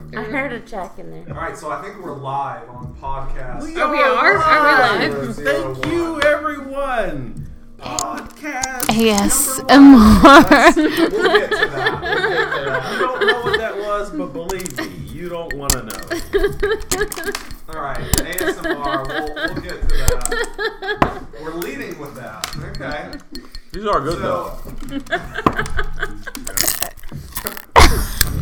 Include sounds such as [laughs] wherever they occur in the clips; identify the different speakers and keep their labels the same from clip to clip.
Speaker 1: I
Speaker 2: Mm.
Speaker 1: heard a check in there.
Speaker 3: All right, so I think we're live on podcast.
Speaker 2: We
Speaker 4: Oh, we are? Are we
Speaker 3: live?
Speaker 2: Thank you, everyone. Podcast.
Speaker 1: [laughs] Yes,
Speaker 2: number
Speaker 1: and
Speaker 2: one.
Speaker 1: more.
Speaker 3: We'll get to that.
Speaker 2: You don't know what that was, but believe me, you don't want to know.
Speaker 3: All right, ASMR. We'll, we'll get to that. We're leading with that. Okay.
Speaker 2: These are good
Speaker 3: So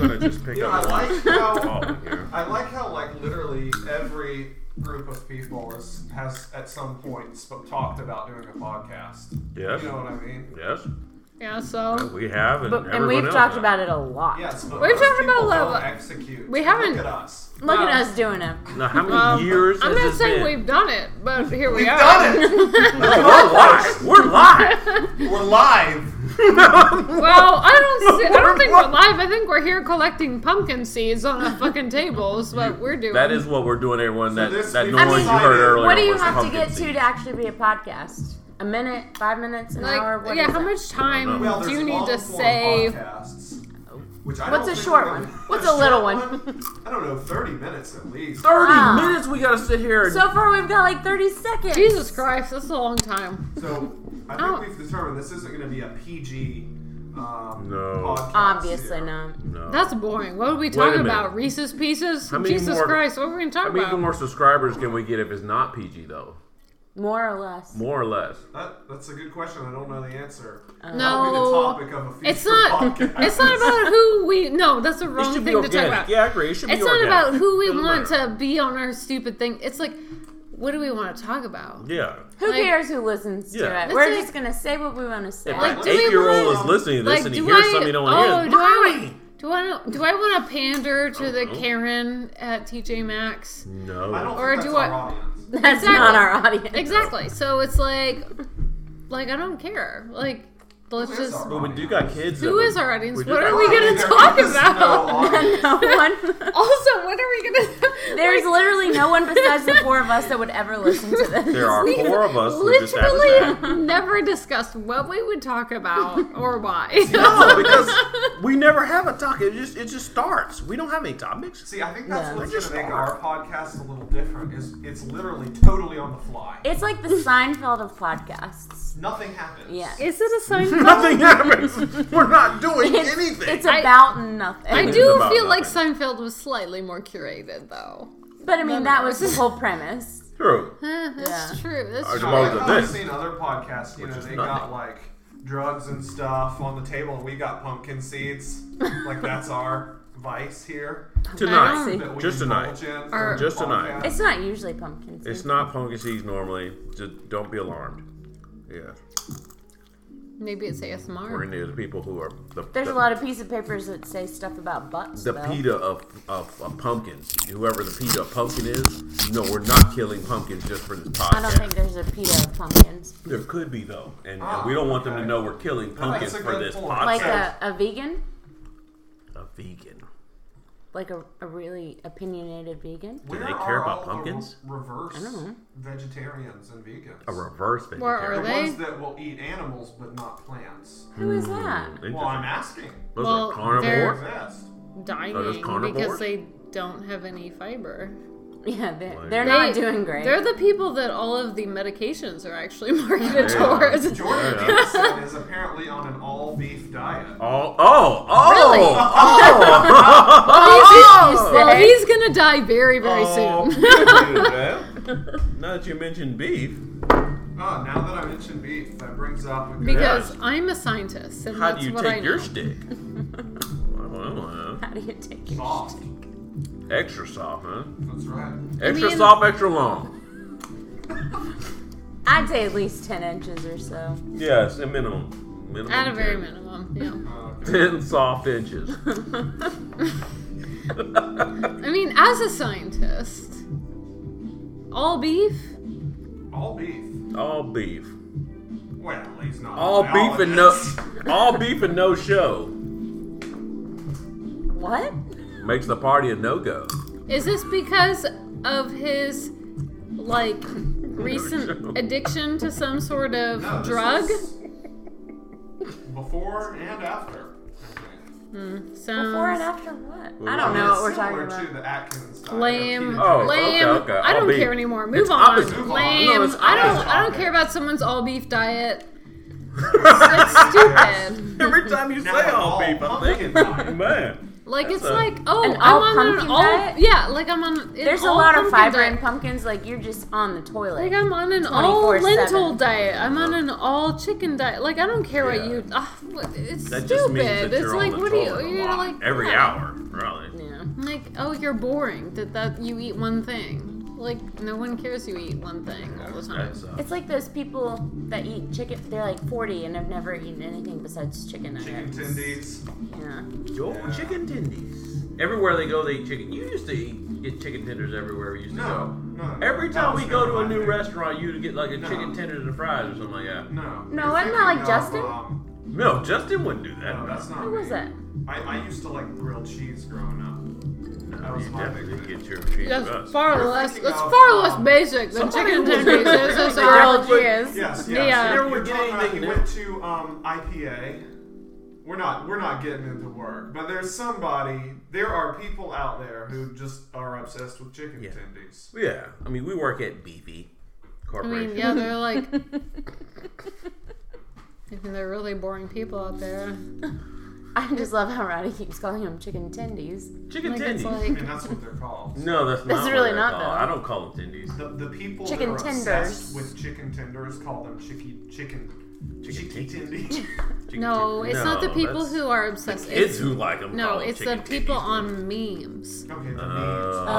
Speaker 2: I'm gonna just pick
Speaker 3: you know, I
Speaker 2: up
Speaker 3: like how
Speaker 2: one here.
Speaker 3: I like how like literally every group of people is, has at some point sp- talked about doing a podcast.
Speaker 2: Yes.
Speaker 3: You know what I mean?
Speaker 2: Yes.
Speaker 4: Yeah, so
Speaker 2: We have, and,
Speaker 1: But, and
Speaker 2: everyone
Speaker 1: we've
Speaker 2: else
Speaker 1: talked
Speaker 2: has.
Speaker 1: about it a lot.
Speaker 3: Yes, but
Speaker 4: We've
Speaker 3: most
Speaker 4: talked about
Speaker 3: people
Speaker 4: love-
Speaker 3: don't execute.
Speaker 4: we
Speaker 3: Look
Speaker 4: haven't-
Speaker 3: at us.
Speaker 1: Look at
Speaker 4: Wow.
Speaker 1: us doing it.
Speaker 2: Now, how many
Speaker 4: Um,
Speaker 2: years
Speaker 4: I'm
Speaker 2: has
Speaker 4: not
Speaker 2: this
Speaker 4: saying
Speaker 2: been?
Speaker 4: we've done it, but here we
Speaker 3: We've
Speaker 4: are.
Speaker 3: done it.
Speaker 2: We're live. We're live.
Speaker 3: We're live.
Speaker 4: Well, I
Speaker 2: [laughs]
Speaker 4: don't. See, I don't think we're live. I think we're here collecting pumpkin seeds on a fucking table. Is what we're doing.
Speaker 2: That is what we're doing, everyone. That
Speaker 3: this
Speaker 2: that
Speaker 3: week
Speaker 2: noise you
Speaker 3: decided-
Speaker 2: heard earlier.
Speaker 1: What do you
Speaker 2: was
Speaker 1: have to
Speaker 2: pumpkin
Speaker 1: get to
Speaker 2: seed.
Speaker 1: to actually be a podcast? A minute, five minutes, an
Speaker 4: like,
Speaker 1: hour. What
Speaker 4: yeah.
Speaker 1: is
Speaker 4: How
Speaker 1: it?
Speaker 4: much time
Speaker 3: Well,
Speaker 4: do
Speaker 3: there's
Speaker 4: you need to
Speaker 3: long-form
Speaker 4: save?
Speaker 3: podcasts, Which I
Speaker 1: What's
Speaker 3: don't
Speaker 1: a
Speaker 3: think
Speaker 1: short
Speaker 3: we're-
Speaker 1: one? What's a little one?
Speaker 3: [laughs] I don't know, 30 minutes at least.
Speaker 2: Thirty
Speaker 1: Ah.
Speaker 2: minutes. We gotta sit here. And,
Speaker 1: So far, we've got like 30 seconds.
Speaker 4: Jesus Christ, that's a long time.
Speaker 3: So I think
Speaker 4: Oh.
Speaker 3: we've determined this isn't going to be a PG um,
Speaker 2: No.
Speaker 3: podcast.
Speaker 1: Obviously
Speaker 3: here.
Speaker 1: not.
Speaker 2: no.
Speaker 4: That's boring. What were we
Speaker 2: a
Speaker 4: talking
Speaker 2: minute.
Speaker 4: about? Reese's Pieces?
Speaker 2: How many
Speaker 4: Jesus
Speaker 2: more-
Speaker 4: Christ, what were we
Speaker 2: How
Speaker 4: talking
Speaker 2: many
Speaker 4: about?
Speaker 2: more subscribers can we get if it's not PG though?
Speaker 1: More or less.
Speaker 2: More or less.
Speaker 3: That, that's a good question. I don't know the answer. That'll be the
Speaker 4: Uh, No.
Speaker 3: topic of a future
Speaker 4: It's not.
Speaker 3: podcast.
Speaker 4: It's not about who we. No, that's the wrong
Speaker 2: it should
Speaker 4: thing
Speaker 2: be
Speaker 4: to talk
Speaker 2: organic.
Speaker 4: about.
Speaker 2: Yeah, I agree. It should
Speaker 4: It's
Speaker 2: be
Speaker 4: not
Speaker 2: organic.
Speaker 4: about who we
Speaker 2: Doesn't
Speaker 4: want
Speaker 2: matter.
Speaker 4: to be on our stupid thing. It's like, what do we want to talk about?
Speaker 2: Yeah.
Speaker 1: Who
Speaker 4: Like-
Speaker 1: cares who listens
Speaker 2: Yeah.
Speaker 1: to it? We're
Speaker 4: It's
Speaker 1: just gonna say what we want to say.
Speaker 2: If
Speaker 4: Like,
Speaker 2: an
Speaker 4: do we
Speaker 2: eight-year-old
Speaker 4: want-
Speaker 2: is listening to this
Speaker 4: Like,
Speaker 2: and he
Speaker 4: do
Speaker 2: hears
Speaker 4: I?
Speaker 2: something he don't
Speaker 4: oh,
Speaker 2: want to
Speaker 4: do
Speaker 2: hear,
Speaker 4: I? Do I? Do I want to pander to the
Speaker 2: don't know.
Speaker 4: Karen at TJ Maxx?
Speaker 2: no.
Speaker 3: I don't
Speaker 4: Or
Speaker 3: think
Speaker 4: do
Speaker 3: that's our
Speaker 4: I-
Speaker 3: audience.
Speaker 1: That's
Speaker 4: Exactly.
Speaker 1: not our audience.
Speaker 4: Exactly. So it's like, like I don't care. Like, let's
Speaker 3: Who is
Speaker 4: just.
Speaker 3: our
Speaker 2: But we do got kids.
Speaker 4: Who
Speaker 2: that
Speaker 4: is
Speaker 2: would-
Speaker 4: our audience?
Speaker 2: we do
Speaker 4: [laughs] What
Speaker 2: got
Speaker 4: are we going to
Speaker 3: There
Speaker 4: talk
Speaker 3: is no
Speaker 4: about?
Speaker 1: [laughs]
Speaker 3: audience.
Speaker 4: [laughs]
Speaker 1: no one.
Speaker 4: Also, what are we going [laughs] to?
Speaker 1: There's literally no
Speaker 4: [laughs]
Speaker 1: one besides the four of us that would ever listen to this.
Speaker 2: There are four of us. who just happen to
Speaker 4: [laughs]
Speaker 2: have-
Speaker 4: literally never discussed what we would
Speaker 2: [laughs]
Speaker 4: talk about or why.
Speaker 2: No, because we never have a talk. It just it just starts. We don't have any topics.
Speaker 3: See, I think that's
Speaker 1: No.
Speaker 3: what's
Speaker 2: Just
Speaker 3: going to make our
Speaker 2: start.
Speaker 3: podcast a little different. Is it's literally totally on the fly.
Speaker 1: It's like the Seinfeld of podcasts.
Speaker 3: Nothing happens.
Speaker 1: Yeah.
Speaker 4: Is it a
Speaker 2: [laughs]
Speaker 4: sign?
Speaker 2: [laughs] Nothing happens. We're not doing
Speaker 1: It's,
Speaker 2: anything.
Speaker 1: it's
Speaker 4: I-
Speaker 1: about nothing.
Speaker 4: [laughs] I
Speaker 2: It's
Speaker 4: do
Speaker 2: about
Speaker 4: feel like
Speaker 2: nothing.
Speaker 4: Seinfeld was slightly more curated, though.
Speaker 1: But I mean, that was the whole premise.
Speaker 2: True.
Speaker 4: Eh, that's
Speaker 1: Yeah.
Speaker 4: true. That's
Speaker 2: I
Speaker 4: true.
Speaker 2: don't- Tomorrow's
Speaker 3: I've
Speaker 2: the
Speaker 3: I've
Speaker 2: next.
Speaker 3: seen other podcasts, you know,
Speaker 2: is
Speaker 3: they got
Speaker 2: nothing.
Speaker 3: like drugs and stuff on the table, and we got
Speaker 1: [laughs]
Speaker 3: pumpkin seeds. like that's our vice here.
Speaker 4: I
Speaker 2: Tonight,
Speaker 4: don't-
Speaker 3: That we
Speaker 2: just
Speaker 3: indulge
Speaker 2: tonight.
Speaker 3: in
Speaker 4: Or-
Speaker 3: for the
Speaker 2: Just tonight.
Speaker 3: podcast.
Speaker 1: It's not usually pumpkin seeds.
Speaker 2: It's not pumpkin seeds normally. Just don't be alarmed. Yeah,
Speaker 4: Maybe it's ASMR.
Speaker 2: we're in there. The people who are the
Speaker 1: There's a
Speaker 2: the,
Speaker 1: lot of piece of papers that say stuff about butts.
Speaker 2: the
Speaker 1: though.
Speaker 2: pita of, of of pumpkins. Whoever the pita of pumpkin is. No, we're not killing pumpkins just for this podcast.
Speaker 1: I don't think there's a pita of pumpkins.
Speaker 2: there could be though, and,
Speaker 3: Ah,
Speaker 2: and we don't want them
Speaker 3: okay.
Speaker 2: to know we're killing pumpkins
Speaker 3: a
Speaker 2: for
Speaker 3: good
Speaker 2: this
Speaker 3: point.
Speaker 2: podcast.
Speaker 1: Like
Speaker 3: Okay.
Speaker 1: a, a vegan?
Speaker 2: a vegan.
Speaker 1: Like a, a really opinionated vegan?
Speaker 3: Where
Speaker 2: they
Speaker 3: are
Speaker 2: care about
Speaker 3: all the
Speaker 2: pumpkins?
Speaker 3: re- reverse
Speaker 1: know.
Speaker 3: vegetarians and vegans.
Speaker 2: A reverse
Speaker 4: Where are
Speaker 3: the
Speaker 2: vegetarian.
Speaker 4: they?
Speaker 3: ones that will eat animals but not plants.
Speaker 1: Who
Speaker 2: Hmm.
Speaker 1: is that? [laughs]
Speaker 3: Well, I'm asking.
Speaker 2: Those
Speaker 4: Well,
Speaker 2: are carnivore.
Speaker 4: they're-
Speaker 3: Exist.
Speaker 4: Dying
Speaker 2: Are those
Speaker 4: because
Speaker 2: carnivores?
Speaker 4: they don't have any fiber.
Speaker 1: Yeah, they're,
Speaker 2: Like-
Speaker 1: they're
Speaker 2: They-
Speaker 1: not doing great.
Speaker 4: They're the people that all of the medications are actually [laughs] marketed
Speaker 2: Yeah.
Speaker 4: towards. [laughs]
Speaker 3: Jordan
Speaker 2: Yeah.
Speaker 3: Peterson is apparently on an all beef diet.
Speaker 2: Oh, oh, oh,
Speaker 4: Really? [laughs]
Speaker 2: oh!
Speaker 4: Well, he's gonna die very, very
Speaker 2: Oh,
Speaker 4: soon.
Speaker 2: well, now that you mentioned beef,
Speaker 3: Oh, now that I mentioned beef, that brings up a good
Speaker 4: Because
Speaker 2: Yes.
Speaker 4: I'm a scientist, and
Speaker 2: how
Speaker 4: that's
Speaker 2: do you
Speaker 4: what I
Speaker 2: take
Speaker 4: know.
Speaker 2: your stick? I don't know.
Speaker 1: How do you take it?
Speaker 3: soft.
Speaker 2: Extra soft, huh?
Speaker 3: That's right.
Speaker 2: Extra
Speaker 4: mean-
Speaker 2: soft, extra long.
Speaker 1: I'd say at least 10 inches or so.
Speaker 2: Yes, a minimum. minimum
Speaker 4: At a very
Speaker 2: 10.
Speaker 4: minimum, yeah.
Speaker 3: Uh,
Speaker 2: Ten soft inches.
Speaker 4: I mean, as a scientist, all beef.
Speaker 3: all beef.
Speaker 2: All beef.
Speaker 3: Well, he's not.
Speaker 2: All
Speaker 3: a
Speaker 2: beef and no.
Speaker 3: biologist.
Speaker 2: All beef and no show
Speaker 1: What?
Speaker 2: makes the party a no go.
Speaker 4: Is this because of his like
Speaker 2: [laughs] No.
Speaker 4: recent addiction to some sort of
Speaker 3: No, this
Speaker 4: drug?
Speaker 3: is Before and after. I think.
Speaker 4: Sounds
Speaker 1: Before and after what? I
Speaker 2: Well,
Speaker 1: don't know what
Speaker 3: It's
Speaker 1: we're talking
Speaker 3: similar
Speaker 1: about.
Speaker 3: to the Atkins diet.
Speaker 4: Lame.
Speaker 3: Keto
Speaker 2: Oh,
Speaker 3: diet.
Speaker 4: Lame.
Speaker 2: okay, okay.
Speaker 4: I
Speaker 2: I'll
Speaker 4: don't
Speaker 2: be-
Speaker 4: care anymore. Move
Speaker 2: it's
Speaker 4: on.
Speaker 2: opposite.
Speaker 4: Lame.
Speaker 2: No, it's
Speaker 4: I don't.
Speaker 3: opposite.
Speaker 4: I don't care about someone's all
Speaker 2: [laughs]
Speaker 4: beef diet. It's
Speaker 2: [laughs]
Speaker 4: stupid.
Speaker 2: Every time you Oh. say
Speaker 3: Now
Speaker 2: all
Speaker 3: all
Speaker 2: beef, I'm
Speaker 3: pumpkin
Speaker 2: thinking,
Speaker 3: diet.
Speaker 2: man.
Speaker 4: Like it's
Speaker 2: a-
Speaker 4: like oh,
Speaker 1: An
Speaker 4: I'm on an
Speaker 1: all-pumpkin
Speaker 4: all
Speaker 1: diet?
Speaker 4: yeah. Like I'm on. an
Speaker 1: There's a
Speaker 4: all
Speaker 1: lot of
Speaker 4: pumpkin
Speaker 1: fiber
Speaker 4: diet.
Speaker 1: in pumpkins. Like you're just on the toilet.
Speaker 4: Like I'm on an all
Speaker 1: 24/7.
Speaker 4: lentil diet. I'm on an all chicken diet. Like I don't care
Speaker 2: Yeah.
Speaker 4: what you. Uh, it's
Speaker 2: That
Speaker 4: stupid.
Speaker 2: just means that
Speaker 4: it's
Speaker 2: you're
Speaker 4: like
Speaker 2: on the
Speaker 4: what do
Speaker 2: toilet a
Speaker 4: you? You're
Speaker 2: lot.
Speaker 4: like
Speaker 2: every
Speaker 4: yeah.
Speaker 2: hour, probably.
Speaker 1: yeah.
Speaker 4: Like oh, you're boring. That that you eat one thing. Like no one cares you eat one thing all the time.
Speaker 2: That's, uh,
Speaker 1: It's like those people that eat chicken. They're like 40 and have never eaten anything besides chicken
Speaker 3: Chicken
Speaker 1: nuggets.
Speaker 3: tendies.
Speaker 1: Yeah.
Speaker 2: Yo, chicken tendies. Everywhere they go, they eat chicken. You used to eat, get chicken tenders everywhere we used to
Speaker 3: No,
Speaker 2: go.
Speaker 3: no, no.
Speaker 2: Every
Speaker 3: That
Speaker 2: time
Speaker 3: was
Speaker 2: we go to
Speaker 3: never
Speaker 2: a
Speaker 3: my
Speaker 2: new
Speaker 3: thing.
Speaker 2: restaurant, you'd get like a
Speaker 3: No.
Speaker 2: chicken tenders and fries or something like that.
Speaker 3: No.
Speaker 1: No,
Speaker 3: You're
Speaker 1: wasn't that like
Speaker 3: thinking of,
Speaker 1: Justin?
Speaker 3: um,
Speaker 2: No, Justin wouldn't do that.
Speaker 3: no, that's not
Speaker 1: What was
Speaker 3: me.
Speaker 1: it?
Speaker 3: I, I used to like grilled cheese growing up. That was
Speaker 2: you
Speaker 3: my big
Speaker 2: definitely
Speaker 3: thing.
Speaker 2: get your cheese
Speaker 4: That's
Speaker 2: us.
Speaker 4: far
Speaker 3: You're
Speaker 4: less.
Speaker 3: thinking
Speaker 4: That's
Speaker 3: of,
Speaker 4: far less
Speaker 3: um,
Speaker 4: basic than chicken tendies. This
Speaker 2: [laughs]
Speaker 4: is a-
Speaker 1: Girl,
Speaker 2: but-
Speaker 1: cheers.
Speaker 3: Yes, yes.
Speaker 4: Yeah.
Speaker 3: You're,
Speaker 2: Never would
Speaker 3: you're talking
Speaker 2: get
Speaker 3: about
Speaker 2: anything
Speaker 3: you
Speaker 2: new.
Speaker 3: went to um, IPA. We're not we're not getting into work, but there's somebody. There are people out there who just are obsessed with chicken
Speaker 2: Yeah.
Speaker 3: tendies.
Speaker 2: Yeah, I mean, we work at BP
Speaker 4: I
Speaker 2: Corporation.
Speaker 4: mean, yeah,
Speaker 2: [laughs]
Speaker 4: they're like. I mean, they're really boring people out there.
Speaker 1: I just love how Roddy keeps calling them chicken tendies.
Speaker 2: Chicken
Speaker 4: Like it's
Speaker 2: tendies.
Speaker 3: I
Speaker 4: like
Speaker 3: mean that's what they're called.
Speaker 2: no, that's not.
Speaker 1: That's
Speaker 2: what
Speaker 1: really
Speaker 2: they're
Speaker 1: not,
Speaker 2: called.
Speaker 1: though.
Speaker 2: I don't call them tendies.
Speaker 3: The, the people
Speaker 1: Chicken
Speaker 3: that are
Speaker 1: tenders.
Speaker 3: obsessed with chicken tenders call them chicky chicken
Speaker 2: Chicken
Speaker 3: chicky
Speaker 2: tendies.
Speaker 3: tendies. [laughs]
Speaker 2: Chicken
Speaker 4: No,
Speaker 2: tendies.
Speaker 4: it's not the
Speaker 2: No,
Speaker 4: people
Speaker 2: that's-
Speaker 4: who are obsessed.
Speaker 2: Kids who like them.
Speaker 4: no,
Speaker 2: call them
Speaker 4: it's the
Speaker 2: chicken
Speaker 4: people
Speaker 2: tendies.
Speaker 4: on memes.
Speaker 3: Okay, the
Speaker 2: Uh,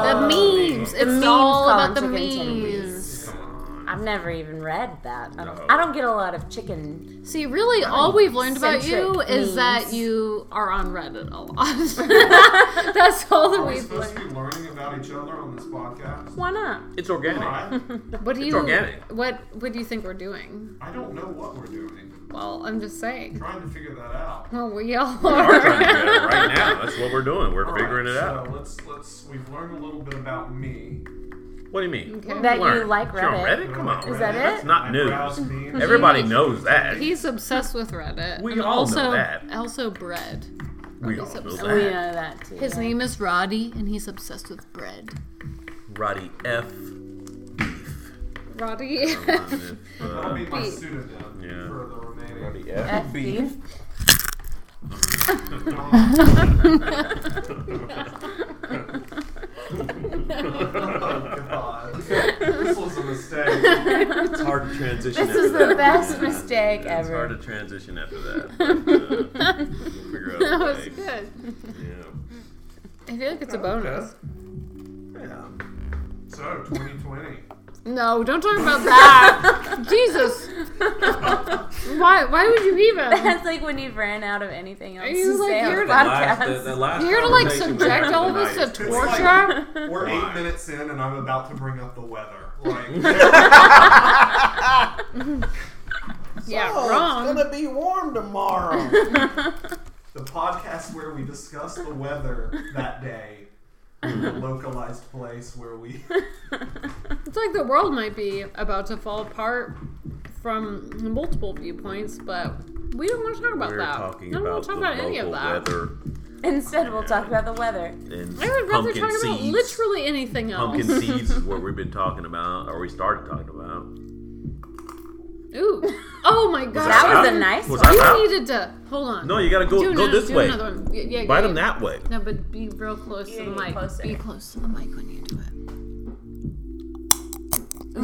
Speaker 4: The
Speaker 1: Oh.
Speaker 4: memes.
Speaker 1: The
Speaker 4: It's
Speaker 1: memes
Speaker 4: all
Speaker 1: call
Speaker 4: about the
Speaker 1: them
Speaker 4: memes.
Speaker 1: chicken tendies.
Speaker 3: memes.
Speaker 2: Come on.
Speaker 1: I've never even read that. I don't,
Speaker 2: No.
Speaker 1: I don't get a lot of chicken.
Speaker 4: See, really, all we've learned about you
Speaker 1: Centric
Speaker 4: is that
Speaker 1: memes.
Speaker 4: you are on Reddit
Speaker 1: [laughs]
Speaker 4: a lot. [laughs] That's all that
Speaker 3: Are we
Speaker 4: we've
Speaker 3: supposed to
Speaker 4: learned.
Speaker 3: be learning about each other on this podcast?
Speaker 1: Why not?
Speaker 2: It's organic.
Speaker 3: Alright.
Speaker 4: What do
Speaker 2: It's
Speaker 4: you?
Speaker 2: organic.
Speaker 4: What What do you think we're doing?
Speaker 3: I don't know what we're doing.
Speaker 4: Well, I'm just saying.
Speaker 3: Trying to figure that out.
Speaker 4: Well, we [laughs] all
Speaker 2: We're
Speaker 4: are.
Speaker 2: trying to do that right now. That's what we're doing. We're
Speaker 3: All right,
Speaker 2: figuring it out.
Speaker 3: So let's let's we've learned a little bit about me.
Speaker 2: What do you mean?
Speaker 4: Okay.
Speaker 1: That
Speaker 2: Learn.
Speaker 1: you like
Speaker 2: You're on
Speaker 1: Reddit.
Speaker 2: Come on.
Speaker 1: Is that it?
Speaker 2: That's not new.
Speaker 4: Mm-hmm.
Speaker 3: new.
Speaker 2: Everybody knows that.
Speaker 4: He's obsessed with Reddit.
Speaker 2: We
Speaker 4: and
Speaker 2: all know
Speaker 4: also,
Speaker 2: that.
Speaker 4: Also, bread.
Speaker 2: we all know
Speaker 4: obsessed.
Speaker 1: We know
Speaker 2: that.
Speaker 1: that too.
Speaker 4: His name is Roddy, and he's obsessed with bread.
Speaker 2: Roddy F.
Speaker 4: [laughs] Roddy.
Speaker 3: That'll
Speaker 2: Uh,
Speaker 3: be my
Speaker 4: Beef.
Speaker 3: pseudonym
Speaker 2: Yeah.
Speaker 3: for the remaining.
Speaker 2: Roddy
Speaker 1: F
Speaker 2: F.
Speaker 1: beef.
Speaker 3: Um, oh god, this was a mistake.
Speaker 2: It's hard to transition.
Speaker 1: This is
Speaker 2: after
Speaker 1: the
Speaker 2: that.
Speaker 1: best mistake
Speaker 2: It's hard
Speaker 1: ever.
Speaker 2: to transition after
Speaker 4: [laughs]
Speaker 2: that. but, uh, we'll figure out a
Speaker 4: that was
Speaker 2: way.
Speaker 4: good.
Speaker 2: Yeah.
Speaker 4: I feel like it's a bonus.
Speaker 2: Yeah. [laughs]
Speaker 3: So 2020.
Speaker 4: No, don't talk about [laughs] that. Jesus. Why? Why would you
Speaker 1: [laughs]
Speaker 4: even?
Speaker 1: That's like when you've ran out of anything else
Speaker 4: Are you,
Speaker 1: to say
Speaker 4: like,
Speaker 1: on
Speaker 4: here
Speaker 1: the
Speaker 4: to-
Speaker 2: Last,
Speaker 1: podcast.
Speaker 2: the, the last
Speaker 4: You're gonna like
Speaker 2: conversation we
Speaker 4: subject
Speaker 2: had
Speaker 4: all of
Speaker 2: tonight
Speaker 4: us to
Speaker 2: is-
Speaker 4: torture?
Speaker 3: We're
Speaker 2: Why?
Speaker 3: eight minutes in, and I'm about to bring up the
Speaker 4: [laughs]
Speaker 3: weather. Like,
Speaker 4: Yeah,
Speaker 5: Oh, It's
Speaker 4: wrong.
Speaker 5: gonna be warm tomorrow.
Speaker 3: [laughs] the podcast where we discuss the weather that day in a localized place where
Speaker 2: [laughs]
Speaker 3: we [laughs]
Speaker 4: It's like the world might be about to fall apart from multiple viewpoints, but we don't want to talk about
Speaker 2: We're
Speaker 4: that.
Speaker 2: talking
Speaker 4: I don't
Speaker 2: about
Speaker 4: want to
Speaker 2: the
Speaker 4: talk about any of
Speaker 2: local
Speaker 4: that.
Speaker 2: weather
Speaker 1: Instead, we'll talk about the weather.
Speaker 2: and
Speaker 4: I would rather
Speaker 2: pumpkin
Speaker 4: talk about
Speaker 2: seeds.
Speaker 4: literally anything else.
Speaker 2: [laughs] Pumpkin seeds is what we've been talking about, or we started talking about.
Speaker 4: Ooh. Oh my god.
Speaker 1: That was
Speaker 2: Stop.
Speaker 1: a nice
Speaker 2: Was
Speaker 1: one.
Speaker 2: I- Stop.
Speaker 4: You needed to hold on.
Speaker 2: No, you gotta go
Speaker 4: do
Speaker 2: go
Speaker 4: ano-
Speaker 2: this
Speaker 4: do
Speaker 2: way.
Speaker 4: Another one. Yeah, yeah,
Speaker 2: Bite
Speaker 4: yeah,
Speaker 2: them
Speaker 4: yeah.
Speaker 2: that way.
Speaker 4: No, but be real close
Speaker 1: Yeah,
Speaker 4: to the
Speaker 1: yeah,
Speaker 4: mic.
Speaker 1: closer.
Speaker 4: Be close to the mic when you do it.
Speaker 3: Oh,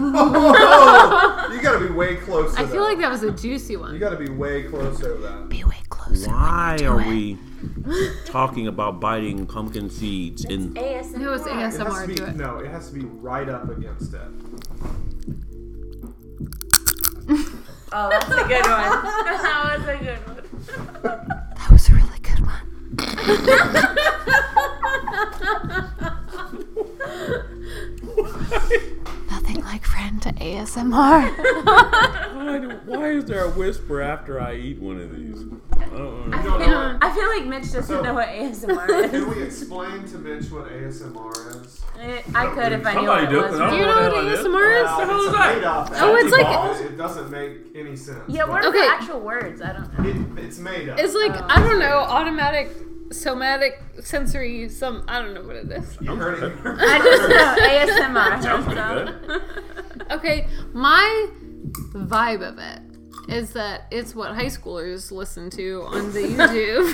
Speaker 3: you gotta be way close. To
Speaker 4: I
Speaker 3: that.
Speaker 4: feel like that was a juicy
Speaker 3: you
Speaker 4: one.
Speaker 3: gotta be way close to that.
Speaker 4: Be way closer.
Speaker 2: Why are we talking about biting pumpkin seeds in?
Speaker 1: ASMR.
Speaker 4: It was
Speaker 3: It has
Speaker 4: ASMR.
Speaker 3: to be,
Speaker 4: Do it.
Speaker 3: No, it has to be right up against it.
Speaker 1: Oh, that's a good one. that was a good one.
Speaker 4: That was a really good one. Nothing like friend to ASMR.
Speaker 2: Why, do- why is there a whisper after I eat one of these? I don't
Speaker 3: You
Speaker 2: know.
Speaker 3: don't know what-
Speaker 1: I feel like Mitch doesn't
Speaker 3: So-
Speaker 1: know what ASMR is.
Speaker 3: [laughs] Can we explain to Mitch what ASMR is?
Speaker 1: Eh, I could if I knew what
Speaker 2: Somebody
Speaker 1: it
Speaker 2: do it,
Speaker 1: was.
Speaker 2: 'cause I
Speaker 4: Do you know what
Speaker 2: What is-
Speaker 4: ASMR is?
Speaker 2: hell
Speaker 3: Uh, it's
Speaker 2: is
Speaker 3: a
Speaker 2: that?
Speaker 3: made-up
Speaker 4: Oh, it's
Speaker 3: act.
Speaker 4: like-
Speaker 3: it doesn't make any sense.
Speaker 1: Yeah, what
Speaker 3: but
Speaker 1: are
Speaker 4: Okay.
Speaker 1: the actual words? I don't know.
Speaker 3: It, it's made up.
Speaker 2: uh.
Speaker 4: It's like I don't know, automatic somatic sensory some I don't know what it is.
Speaker 3: You heard it.
Speaker 2: [laughs]
Speaker 1: [laughs] I just know ASMR.
Speaker 2: Sounds pretty
Speaker 1: so.
Speaker 4: Okay, my vibe of it is that it's what high schoolers listen to on the YouTube.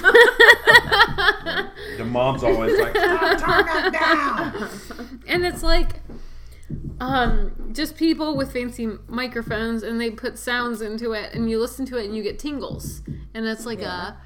Speaker 2: The mom's always like,
Speaker 5: Turn it down.
Speaker 4: [laughs] and it's like um just people with fancy microphones and they put sounds into it and you listen to it and you get tingles and it's like a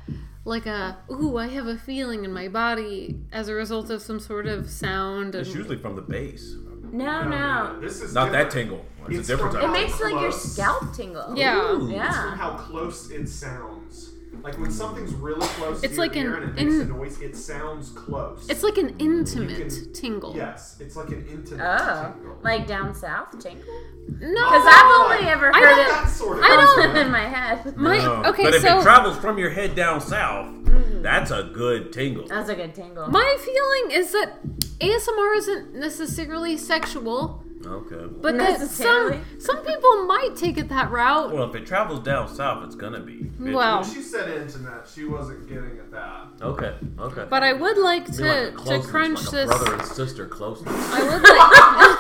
Speaker 4: like a ooh i have a feeling in my body as a result of some sort of sound and
Speaker 2: it's usually from the base.
Speaker 1: No, no.
Speaker 3: This is
Speaker 2: Not that
Speaker 3: different.
Speaker 2: tingle. It's,
Speaker 3: It's
Speaker 2: a different
Speaker 3: from-
Speaker 1: It
Speaker 2: type.
Speaker 1: makes like your
Speaker 3: Close.
Speaker 1: scalp tingle.
Speaker 4: yeah
Speaker 2: Ooh.
Speaker 3: It's from
Speaker 1: Yeah.
Speaker 3: how close it sounds. Like when something's really close
Speaker 4: It's
Speaker 3: to
Speaker 4: like
Speaker 3: your ear
Speaker 4: an-
Speaker 3: and it makes
Speaker 4: in-
Speaker 3: a noise, it sounds close.
Speaker 4: it's like an intimate
Speaker 3: You can-
Speaker 4: tingle
Speaker 3: yes, it's like an intimate
Speaker 1: Oh,
Speaker 3: tingle.
Speaker 1: like down south tingle? [laughs]
Speaker 4: no
Speaker 1: Because I've only ever
Speaker 4: I
Speaker 1: heard
Speaker 4: don't-
Speaker 1: it
Speaker 3: that sort of.
Speaker 4: I don't-
Speaker 3: thing.
Speaker 1: something
Speaker 4: [laughs]
Speaker 1: in my head.
Speaker 4: my
Speaker 2: No.
Speaker 4: okay
Speaker 2: but if
Speaker 4: so
Speaker 2: it travels from your head down south, that's a good tingle.
Speaker 1: That was a good tingle.
Speaker 4: my feeling is that asmr isn't necessarily sexual
Speaker 2: Okay.
Speaker 4: but that some
Speaker 1: Necessarily.
Speaker 4: some people might take it that route
Speaker 2: well, if it travels down south, it's gonna be.
Speaker 4: Well,
Speaker 3: When she said intimate, she wasn't getting at that.
Speaker 2: Okay. Okay.
Speaker 4: but i would like
Speaker 2: Be like a
Speaker 4: to to
Speaker 2: closeness,
Speaker 4: crunch
Speaker 2: like a
Speaker 4: this
Speaker 2: brother and sister closeness.
Speaker 4: i would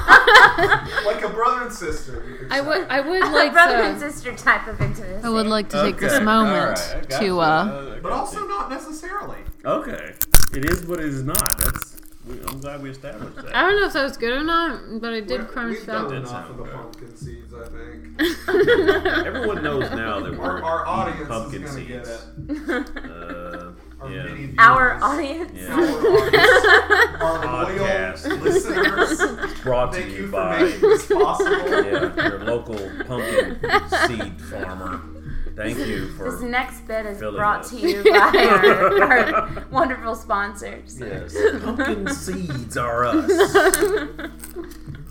Speaker 4: like
Speaker 3: Like a brother and sister. you could
Speaker 4: I
Speaker 3: say.
Speaker 4: would I
Speaker 1: [laughs]
Speaker 4: would like
Speaker 1: brother and
Speaker 4: to
Speaker 1: sister type of intimacy.
Speaker 4: uh, I would like to take this moment to uh
Speaker 3: But also not necessarily.
Speaker 2: Okay. It is what it is not. That's. We, I'm glad we established that.
Speaker 4: I
Speaker 1: [laughs]
Speaker 4: don't know if that was good or not, but I did
Speaker 3: We're-
Speaker 4: crunch
Speaker 3: We've done
Speaker 4: that.
Speaker 2: Did
Speaker 3: enough
Speaker 2: sound
Speaker 3: of the
Speaker 2: good.
Speaker 3: pumpkin seeds, I
Speaker 4: [laughs]
Speaker 3: think.
Speaker 2: Everyone knows now that
Speaker 3: Our,
Speaker 2: we're
Speaker 3: our audience
Speaker 2: pumpkin
Speaker 3: is going to get
Speaker 2: seeds.
Speaker 3: it.
Speaker 2: Uh,
Speaker 3: Our
Speaker 2: yeah.
Speaker 3: mini viewers.
Speaker 1: Our audience.
Speaker 3: Our
Speaker 2: yeah.
Speaker 3: audience. Our loyal
Speaker 2: Podcast.
Speaker 3: listeners.
Speaker 2: Brought to
Speaker 3: Thank
Speaker 2: you,
Speaker 3: you for
Speaker 2: by
Speaker 3: making this possible.
Speaker 2: [laughs] yeah, your local pumpkin seed farmer. Thank you
Speaker 1: This
Speaker 2: for
Speaker 1: next bit is
Speaker 2: Filling
Speaker 1: brought
Speaker 2: us.
Speaker 1: to you by our,
Speaker 2: [laughs]
Speaker 1: our wonderful sponsors.
Speaker 2: yes. Pumpkin seeds are us.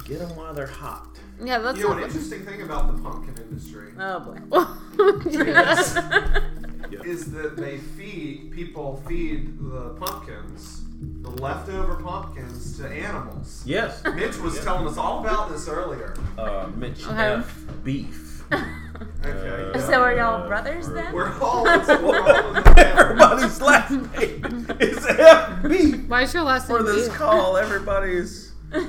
Speaker 2: Get them while they're hot.
Speaker 4: Yeah, that's
Speaker 3: You know,
Speaker 4: not
Speaker 3: an interesting thing about the pumpkin industry
Speaker 1: Oh boy.
Speaker 4: [laughs] yes.
Speaker 3: is that they feed, people feed the pumpkins, the leftover pumpkins, to animals.
Speaker 2: Yes.
Speaker 3: Mitch was
Speaker 2: Yeah.
Speaker 3: telling us all about this earlier.
Speaker 2: Uh, Mitch
Speaker 4: Okay.
Speaker 2: F. Beef.
Speaker 3: Okay.
Speaker 1: So are y'all brothers
Speaker 2: Uh, We're-
Speaker 1: then?
Speaker 3: Uh, We're all, we're all in the family.
Speaker 2: Everybody's last name is F. Beef.
Speaker 4: Why is your last
Speaker 2: For
Speaker 4: name?
Speaker 2: this
Speaker 4: Beef?
Speaker 2: call, everybody's.
Speaker 4: All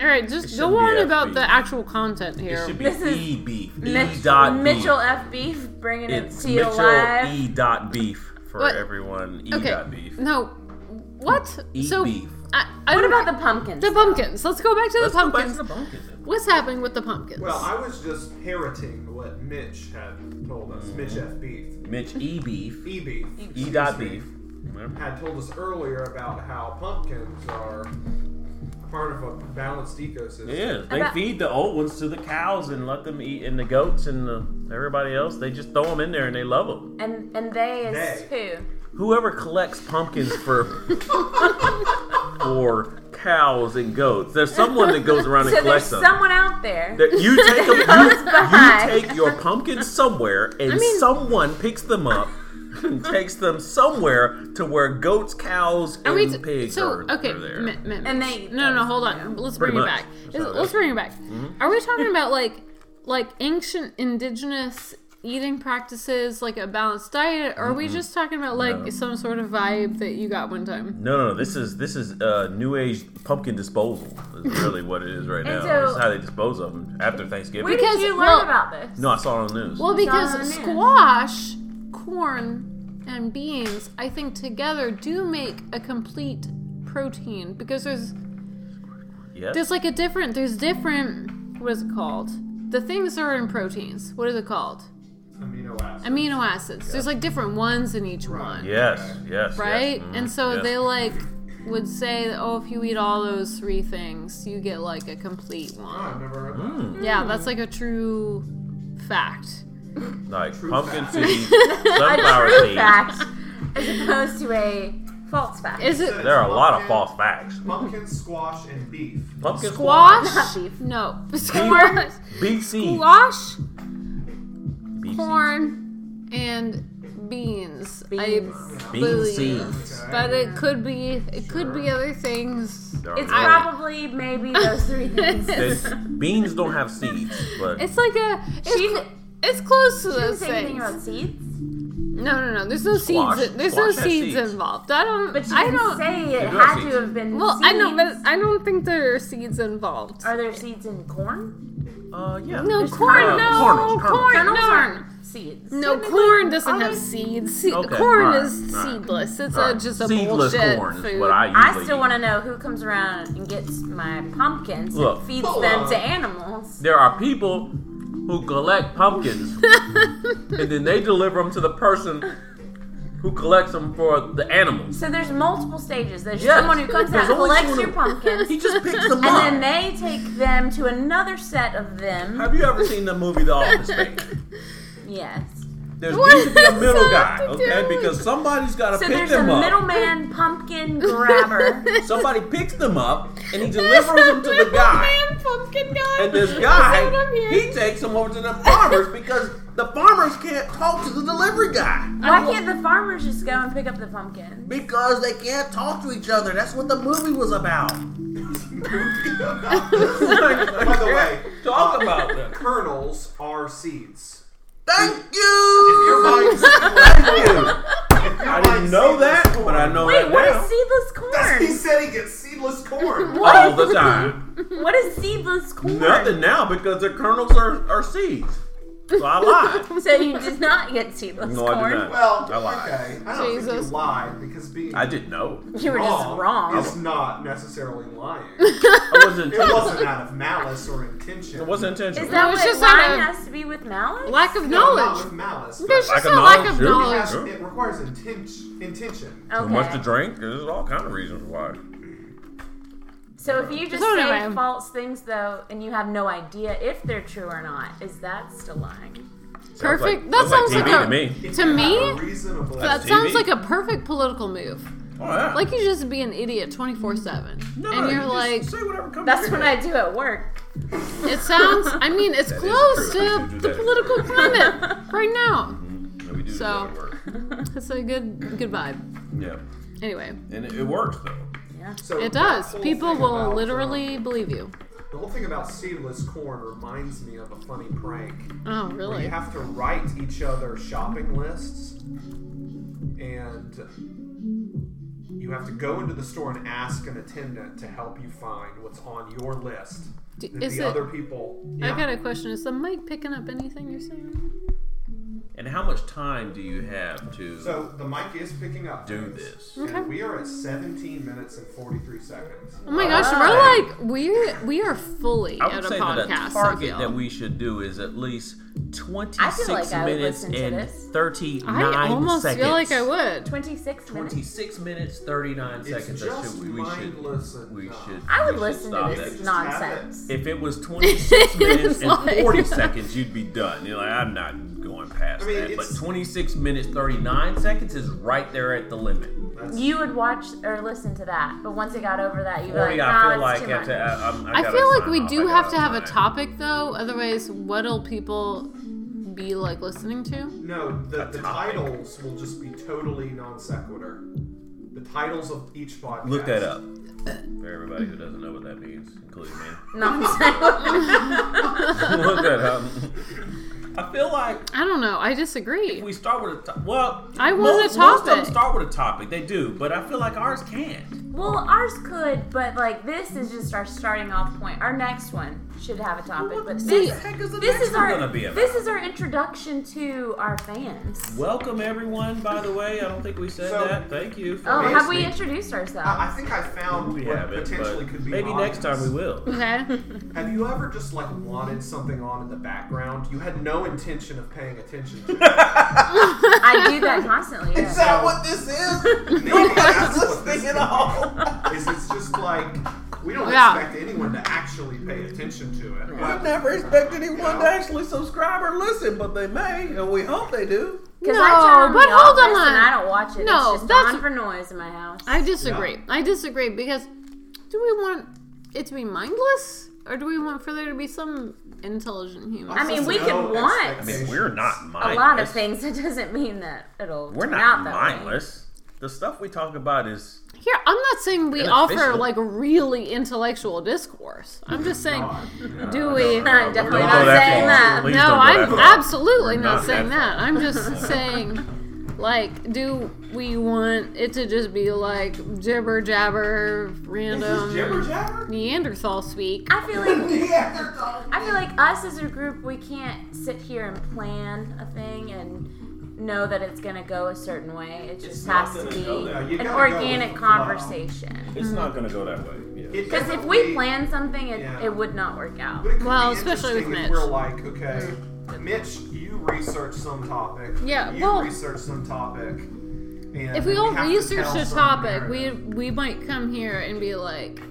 Speaker 4: right, just go
Speaker 2: shouldn't be
Speaker 4: on
Speaker 2: FB.
Speaker 4: about the actual content
Speaker 2: It
Speaker 4: here.
Speaker 2: should be
Speaker 1: This is
Speaker 2: E beef. E
Speaker 1: Mitch-
Speaker 2: dot beef.
Speaker 1: Mitchell F. Beef bringing
Speaker 2: It's
Speaker 1: it to you
Speaker 2: Mitchell
Speaker 1: live.
Speaker 2: E dot beef for
Speaker 4: What?
Speaker 2: everyone. E
Speaker 4: okay.
Speaker 2: dot beef.
Speaker 4: No. What?
Speaker 2: E
Speaker 4: so
Speaker 2: beef.
Speaker 4: I, I
Speaker 1: What
Speaker 4: don't-
Speaker 1: about the pumpkins?
Speaker 4: the pumpkins? Let's go back to
Speaker 2: Let's
Speaker 4: the
Speaker 2: go back
Speaker 4: pumpkins.
Speaker 2: to the pumpkin.
Speaker 4: What's happening with the pumpkins?
Speaker 3: Well, I was just parroting what Mitch had told us. Mitch F. Beef.
Speaker 2: Mitch E beef.
Speaker 3: E. Beef.
Speaker 2: E dot
Speaker 3: excuse me,
Speaker 2: beef.
Speaker 3: Had told us earlier about how pumpkins are part of a balanced ecosystem.
Speaker 2: Yeah, they
Speaker 1: About-
Speaker 2: feed the old ones to the cows and let them eat, and the goats and the, everybody else. They just throw them in there and they love them.
Speaker 1: and and they is who?
Speaker 2: Whoever collects pumpkins for for cows and goats, there's someone that goes around and
Speaker 1: So there's
Speaker 2: collects them.
Speaker 1: someone out there.
Speaker 2: That
Speaker 4: [laughs]
Speaker 2: you take them,
Speaker 1: Goes by.
Speaker 2: you, you take your pumpkins somewhere, and
Speaker 4: mean-
Speaker 2: someone picks them up and takes them somewhere to where goats, cows, and,
Speaker 4: And we t-
Speaker 2: pigs
Speaker 4: so
Speaker 2: are,
Speaker 4: okay,
Speaker 2: are there.
Speaker 4: mi- mi-
Speaker 1: And they-
Speaker 4: no no hold on let's
Speaker 2: Pretty
Speaker 4: bring it
Speaker 2: much.
Speaker 4: back
Speaker 2: That's
Speaker 4: Is-
Speaker 2: how it Mm-hmm.
Speaker 4: let's
Speaker 2: is.
Speaker 4: bring it back are we talking about like like ancient indigenous eating practices like a balanced diet or are we just talking about like some sort of vibe that you got one time
Speaker 2: No, no, no. This is this is uh, new age pumpkin disposal.
Speaker 4: [laughs]
Speaker 2: Is really what it is right
Speaker 1: And
Speaker 2: now. this
Speaker 1: so-
Speaker 2: is how they dispose of them after Thanksgiving.
Speaker 1: Where
Speaker 4: Because-
Speaker 1: did you learn
Speaker 4: well-
Speaker 1: about this?
Speaker 2: no, I saw it on the news.
Speaker 4: well
Speaker 1: on
Speaker 4: because
Speaker 1: the news.
Speaker 4: squash corn and beans i think together do make a complete protein because there's
Speaker 2: yeah.
Speaker 4: There's like a different. There's different. What is it called? The things that are in proteins. What is it called?
Speaker 3: Amino acids.
Speaker 4: Amino acids. There's like different ones in each one,
Speaker 2: yes, yes.
Speaker 4: right?
Speaker 2: Yes, mhm,
Speaker 4: And so
Speaker 2: yes.
Speaker 4: they like would say, that, oh, if you eat all those three things, you get like a complete
Speaker 3: Oh,
Speaker 4: one.
Speaker 3: I've never heard that.
Speaker 2: Mm. Hmm.
Speaker 4: Yeah, that's like a true fact.
Speaker 2: like
Speaker 3: True
Speaker 2: pumpkin
Speaker 3: fact.
Speaker 4: [laughs]
Speaker 2: seeds, sunflower
Speaker 1: True
Speaker 2: seeds.
Speaker 1: fact, as opposed to a false fact.
Speaker 4: Is it
Speaker 2: There are a lot of false facts.
Speaker 3: Pumpkin, squash, and
Speaker 2: [laughs]
Speaker 3: beef.
Speaker 2: Pumpkin
Speaker 4: squash?
Speaker 1: Not beef.
Speaker 4: No, [laughs]
Speaker 1: Corn.
Speaker 4: squash,
Speaker 2: beef seeds,
Speaker 4: squash,
Speaker 2: beef
Speaker 4: corn, and
Speaker 1: Beans.
Speaker 4: beans. I
Speaker 2: seeds, bean
Speaker 4: believe.
Speaker 2: seeds.
Speaker 4: But it could be it could be other things.
Speaker 2: There are
Speaker 1: It's
Speaker 2: many.
Speaker 1: probably maybe those three
Speaker 4: [laughs]
Speaker 1: things.
Speaker 2: There's- beans don't have seeds, but
Speaker 4: It's like a it's,
Speaker 1: She-
Speaker 4: cl- it's close to
Speaker 1: Didn't
Speaker 4: those
Speaker 1: say anything
Speaker 4: things.
Speaker 1: about seeds.
Speaker 4: No, no, no. There's no
Speaker 2: Squash.
Speaker 4: seeds. There's no
Speaker 2: Squash has
Speaker 4: seeds,
Speaker 2: seeds.
Speaker 4: involved. I don't.
Speaker 1: But you
Speaker 4: I
Speaker 1: can
Speaker 4: don't.
Speaker 1: say it
Speaker 2: There are
Speaker 1: had
Speaker 2: seeds.
Speaker 1: to have been.
Speaker 4: well, I know, but
Speaker 1: seeds.
Speaker 4: I don't think there are seeds involved.
Speaker 1: are there seeds in corn?
Speaker 2: Uh, yeah.
Speaker 4: No
Speaker 2: there's
Speaker 4: corn.
Speaker 2: kernels.
Speaker 4: No
Speaker 2: Kernels, kernels.
Speaker 4: corn.
Speaker 1: Kernels
Speaker 4: No.
Speaker 1: aren't seeds.
Speaker 4: No, corn doesn't
Speaker 1: Are
Speaker 4: have
Speaker 1: they-
Speaker 4: seeds. Se-
Speaker 2: Okay,
Speaker 4: corn
Speaker 2: alright,
Speaker 4: is
Speaker 2: alright,
Speaker 4: seedless. It's a,
Speaker 2: Alright,
Speaker 4: just a
Speaker 2: Seedless
Speaker 4: bullshit
Speaker 2: corn is
Speaker 4: food.
Speaker 2: what
Speaker 4: [laughs]
Speaker 2: I usually
Speaker 1: I still want to know who comes around and gets my pumpkins
Speaker 2: Look.
Speaker 1: and feeds
Speaker 3: Hold
Speaker 1: them
Speaker 3: on.
Speaker 1: to animals.
Speaker 2: There are people who collect pumpkins and then they deliver them to the person who collects them for the animals.
Speaker 1: So there's multiple stages. There's
Speaker 2: Yes.
Speaker 1: someone who comes out
Speaker 2: There's
Speaker 1: and
Speaker 2: always
Speaker 1: collects
Speaker 2: someone
Speaker 1: your
Speaker 2: who-
Speaker 1: pumpkins,
Speaker 2: He just picks them
Speaker 1: [laughs]
Speaker 2: up.
Speaker 1: and then they take them to another set of them.
Speaker 2: Have you ever seen the movie The Office Space?
Speaker 1: Yes.
Speaker 2: There's
Speaker 4: What
Speaker 2: needs to be a
Speaker 4: does
Speaker 2: middle
Speaker 4: that
Speaker 2: guy,
Speaker 4: have to
Speaker 2: okay?
Speaker 4: do with-
Speaker 2: Because somebody's got to
Speaker 1: So
Speaker 2: pick
Speaker 1: there's a
Speaker 2: them up.
Speaker 1: middleman pumpkin
Speaker 2: [laughs]
Speaker 1: grabber.
Speaker 2: Somebody picks them up and he delivers them to the guy.
Speaker 4: Middleman pumpkin guy.
Speaker 2: And this
Speaker 4: That's what
Speaker 2: guy,
Speaker 4: I'm hearing.
Speaker 2: he takes them over to the farmers because the farmers can't talk to the delivery guy.
Speaker 1: Why can't the farmers just go and pick up the pumpkin?
Speaker 2: Because they can't talk to each other. That's what the movie was about.
Speaker 3: By
Speaker 2: [laughs]
Speaker 3: the way, uh,
Speaker 2: Talk about them.
Speaker 3: kernels are seeds.
Speaker 2: Thank
Speaker 3: If
Speaker 2: you.
Speaker 3: you're
Speaker 2: [laughs]
Speaker 3: buying,
Speaker 2: Thank you.
Speaker 3: if you're
Speaker 2: I didn't
Speaker 3: buying
Speaker 2: know
Speaker 3: seedless
Speaker 2: that,
Speaker 3: corn-
Speaker 2: but I know
Speaker 1: Wait,
Speaker 2: that
Speaker 1: what
Speaker 2: now.
Speaker 1: is seedless
Speaker 3: That's- [laughs] he
Speaker 1: corn?
Speaker 3: said he gets seedless corn.
Speaker 2: [laughs] All the time.
Speaker 1: What is seedless corn?
Speaker 2: Oh, Nothing now because the kernels are, are seeds. So I lied.
Speaker 1: So you did not get seedless
Speaker 2: No, I did
Speaker 1: corn.
Speaker 2: not.
Speaker 3: Well,
Speaker 2: I lied.
Speaker 3: okay. I don't think
Speaker 4: Jesus.
Speaker 3: you lied because being
Speaker 2: I didn't know.
Speaker 1: You were
Speaker 2: Oh.
Speaker 1: just wrong.
Speaker 3: is not necessarily lying. it
Speaker 2: I wasn't.
Speaker 3: wasn't out of malice or intention.
Speaker 2: It wasn't intentional.
Speaker 1: Is that
Speaker 4: was
Speaker 1: what
Speaker 4: just out
Speaker 1: lying
Speaker 4: of-
Speaker 1: has to be with malice?
Speaker 4: Lack of
Speaker 3: No, not
Speaker 4: knowledge.
Speaker 3: with malice.
Speaker 4: There's
Speaker 3: but
Speaker 4: just
Speaker 2: Lack of
Speaker 4: a lack
Speaker 2: knowledge,
Speaker 4: of
Speaker 3: it,
Speaker 2: yeah.
Speaker 4: knowledge.
Speaker 3: has, it requires inten- intention.
Speaker 1: Okay.
Speaker 2: Too much to drink. There's all kind of reasons why.
Speaker 1: So if you just
Speaker 4: Sorry,
Speaker 1: say
Speaker 4: ma'am.
Speaker 1: false things though, and you have no idea if they're true or not, is that still lying?
Speaker 2: Sounds
Speaker 4: Perfect.
Speaker 2: like-
Speaker 4: that sounds like,
Speaker 2: TV
Speaker 4: a
Speaker 2: to me.
Speaker 3: If
Speaker 4: To
Speaker 3: you have
Speaker 4: me,
Speaker 3: a reasonable.
Speaker 4: that
Speaker 2: That's
Speaker 4: sounds
Speaker 2: TV.
Speaker 4: like a perfect political move.
Speaker 2: Oh, yeah.
Speaker 4: Like you just be an idiot twenty four seven,
Speaker 2: No,
Speaker 4: and
Speaker 2: you
Speaker 4: you're
Speaker 2: just
Speaker 4: like,
Speaker 2: say whatever comes
Speaker 1: That's
Speaker 2: to
Speaker 1: what
Speaker 2: your head.
Speaker 1: I do at work.
Speaker 2: [laughs]
Speaker 4: it sounds. I mean, it's
Speaker 2: is
Speaker 4: close
Speaker 2: true. We
Speaker 4: to
Speaker 2: do
Speaker 4: the
Speaker 2: that.
Speaker 4: political
Speaker 2: [laughs]
Speaker 4: climate right now.
Speaker 2: No, we do
Speaker 4: So-
Speaker 2: that at work.
Speaker 4: It's a good good vibe.
Speaker 2: [laughs] Yeah,
Speaker 4: Anyway,
Speaker 2: and it, it works though.
Speaker 3: So
Speaker 4: it
Speaker 3: the
Speaker 4: does.
Speaker 3: whole
Speaker 4: People
Speaker 3: thing
Speaker 4: will
Speaker 3: about,
Speaker 4: literally believe you.
Speaker 3: uh, the whole thing about seedless corn reminds me of a funny prank.
Speaker 4: Oh,
Speaker 3: where you
Speaker 4: really?
Speaker 3: have to write each other shopping lists and you have to go into the store and ask an attendant to help you find what's on your list
Speaker 4: D-
Speaker 3: that
Speaker 4: Is
Speaker 3: the
Speaker 4: it?
Speaker 3: other people
Speaker 4: I got a question. Is the mic picking up anything you're saying?
Speaker 2: And how much time do you have to
Speaker 3: so the mic is picking up
Speaker 2: do
Speaker 3: things.
Speaker 2: this?
Speaker 3: and
Speaker 4: Okay.
Speaker 3: we are at 17 minutes and 43 seconds
Speaker 4: Oh my gosh,
Speaker 1: Alright.
Speaker 4: we're like we we are fully
Speaker 2: I would
Speaker 4: at a
Speaker 2: say that a
Speaker 4: podcast. I
Speaker 2: target
Speaker 4: feel.
Speaker 2: that we should do is at least
Speaker 1: I feel like
Speaker 2: twenty-six
Speaker 1: I would
Speaker 2: minutes
Speaker 1: listen to
Speaker 2: and
Speaker 1: this.
Speaker 2: thirty-nine
Speaker 4: I almost
Speaker 2: seconds.
Speaker 4: feel like I would.
Speaker 1: Twenty-six minutes.
Speaker 2: Twenty-six minutes, thirty-nine seconds. That's
Speaker 3: just
Speaker 2: who we, we
Speaker 3: mindless
Speaker 2: should.
Speaker 3: and
Speaker 2: We
Speaker 3: dumb.
Speaker 2: should.
Speaker 1: I would
Speaker 2: we should
Speaker 1: listen
Speaker 2: stop
Speaker 1: to
Speaker 2: that.
Speaker 1: this
Speaker 3: Just
Speaker 1: nonsense.
Speaker 2: If it was
Speaker 4: [laughs]
Speaker 2: 26 minutes
Speaker 4: It's
Speaker 2: and
Speaker 4: like-
Speaker 2: 40 seconds, you'd be done. You're like, I'm not going past
Speaker 3: I mean,
Speaker 2: that. But
Speaker 3: it's-
Speaker 2: 26 minutes, 39 seconds is right there at the limit.
Speaker 3: That's-
Speaker 1: You would watch or listen to that, but once it got over that, you'd be
Speaker 2: 40,
Speaker 1: like,
Speaker 2: I
Speaker 1: nah,
Speaker 2: feel
Speaker 1: it's
Speaker 2: like
Speaker 1: too much.
Speaker 2: after, I, I'm- I,
Speaker 4: I
Speaker 2: gotta
Speaker 4: feel like
Speaker 2: sign
Speaker 4: we
Speaker 2: off.
Speaker 4: do
Speaker 2: I
Speaker 4: have
Speaker 2: gotta
Speaker 4: to have
Speaker 2: sign.
Speaker 4: a topic though, otherwise what'll people be like listening to?
Speaker 3: no the,
Speaker 2: A
Speaker 3: the
Speaker 2: topic.
Speaker 3: titles will just be totally non sequitur the titles of each podcast
Speaker 2: Look that up. For everybody who doesn't know what that means, including me. [laughs]
Speaker 1: Nonsense.
Speaker 2: Look that up. I feel like
Speaker 4: I don't know. I disagree.
Speaker 2: we start with a to- well.
Speaker 4: I want
Speaker 2: most,
Speaker 4: a
Speaker 2: Most of them
Speaker 4: topic.
Speaker 2: start with a topic. They do, but I feel like ours can't.
Speaker 1: [laughs] well, ours could, but like this is just our starting off point. Our next one should have a topic, but this,
Speaker 4: See,
Speaker 2: Heck is the
Speaker 1: this
Speaker 2: next
Speaker 1: is
Speaker 2: one
Speaker 1: our
Speaker 2: gonna be about?
Speaker 1: this is our introduction to our fans.
Speaker 2: Welcome everyone. By the way, I don't think we said
Speaker 3: So-
Speaker 2: that. Thank you. For
Speaker 1: Oh, have we
Speaker 2: listening.
Speaker 1: introduced ourselves?
Speaker 4: [laughs]
Speaker 3: I I think I found
Speaker 2: We
Speaker 3: what
Speaker 2: haven't,
Speaker 3: potentially
Speaker 2: but
Speaker 3: could be.
Speaker 2: maybe
Speaker 3: mine.
Speaker 2: next time we will.
Speaker 4: Okay.
Speaker 3: Have you ever just like wanted something on in the background? You had no intention of paying attention to it.
Speaker 1: I do that constantly. yeah.
Speaker 3: [laughs]
Speaker 2: what this is?
Speaker 3: Maybe that's what this
Speaker 2: at all.
Speaker 3: thing is. It's just like we don't
Speaker 4: Yeah.
Speaker 3: expect anyone to actually pay attention to it.
Speaker 2: I
Speaker 3: But
Speaker 2: never expect anyone to actually subscribe or listen, but they may, and we hope they do.
Speaker 1: Because
Speaker 4: No,
Speaker 1: I turn on
Speaker 4: but
Speaker 1: the
Speaker 4: hold
Speaker 1: office
Speaker 4: on.
Speaker 1: And I don't watch it.
Speaker 4: No,
Speaker 1: it's just
Speaker 4: that's-
Speaker 1: on for noise in my house.
Speaker 4: I disagree. I disagree because do we want it to be mindless or do we want for there to be some intelligent human?
Speaker 1: I mean, we
Speaker 3: No
Speaker 1: can want
Speaker 2: I
Speaker 3: expectation.
Speaker 2: mean, we're not
Speaker 1: a
Speaker 2: mindless.
Speaker 1: lot of things. It doesn't mean that it'll.
Speaker 2: We're
Speaker 1: turn
Speaker 2: not
Speaker 1: out that way.
Speaker 2: mindless. The stuff we talk about is
Speaker 4: Here, I'm not saying we
Speaker 2: Beneficial.
Speaker 4: offer like really intellectual discourse. I'm just saying,
Speaker 3: God,
Speaker 4: do we?
Speaker 1: no, I'm
Speaker 2: Don't
Speaker 1: definitely
Speaker 2: go
Speaker 1: not
Speaker 2: that
Speaker 1: saying
Speaker 2: far.
Speaker 1: that.
Speaker 2: Please
Speaker 4: No,
Speaker 2: don't go
Speaker 4: I'm
Speaker 2: that far.
Speaker 4: absolutely
Speaker 2: We're
Speaker 4: not
Speaker 2: not [laughs]
Speaker 4: saying
Speaker 2: that
Speaker 4: that. I'm just saying Like, do we want it to just be like jibber jabber,
Speaker 5: Is this jibber
Speaker 4: random
Speaker 5: jabber?
Speaker 4: Neanderthal speak?
Speaker 1: I feel like
Speaker 5: Neanderthal.
Speaker 1: I feel like us as a group, we can't sit here and plan a thing and know that it's gonna go a certain way. It just
Speaker 6: not
Speaker 1: has to
Speaker 6: gonna
Speaker 1: be
Speaker 6: go there.
Speaker 3: You
Speaker 1: an
Speaker 3: gotta go
Speaker 1: organic
Speaker 3: with the flow.
Speaker 1: conversation.
Speaker 6: It's not gonna go that way. Yeah.
Speaker 3: It
Speaker 1: Because if
Speaker 3: doesn't
Speaker 1: we
Speaker 3: mean-
Speaker 1: plan something, it,
Speaker 3: Yeah.
Speaker 1: it would not work out.
Speaker 3: But it could
Speaker 4: Well,
Speaker 3: be
Speaker 4: especially
Speaker 3: interesting
Speaker 4: with
Speaker 3: if
Speaker 4: Mitch.
Speaker 3: We're like, okay, Mitch, you research some topic.
Speaker 4: Yeah,
Speaker 3: you
Speaker 4: well-
Speaker 3: research some topic. And
Speaker 4: if we all
Speaker 3: have to
Speaker 4: researched
Speaker 3: tell
Speaker 4: a
Speaker 3: some
Speaker 4: topic, we
Speaker 3: narrative.
Speaker 4: we might come here and be like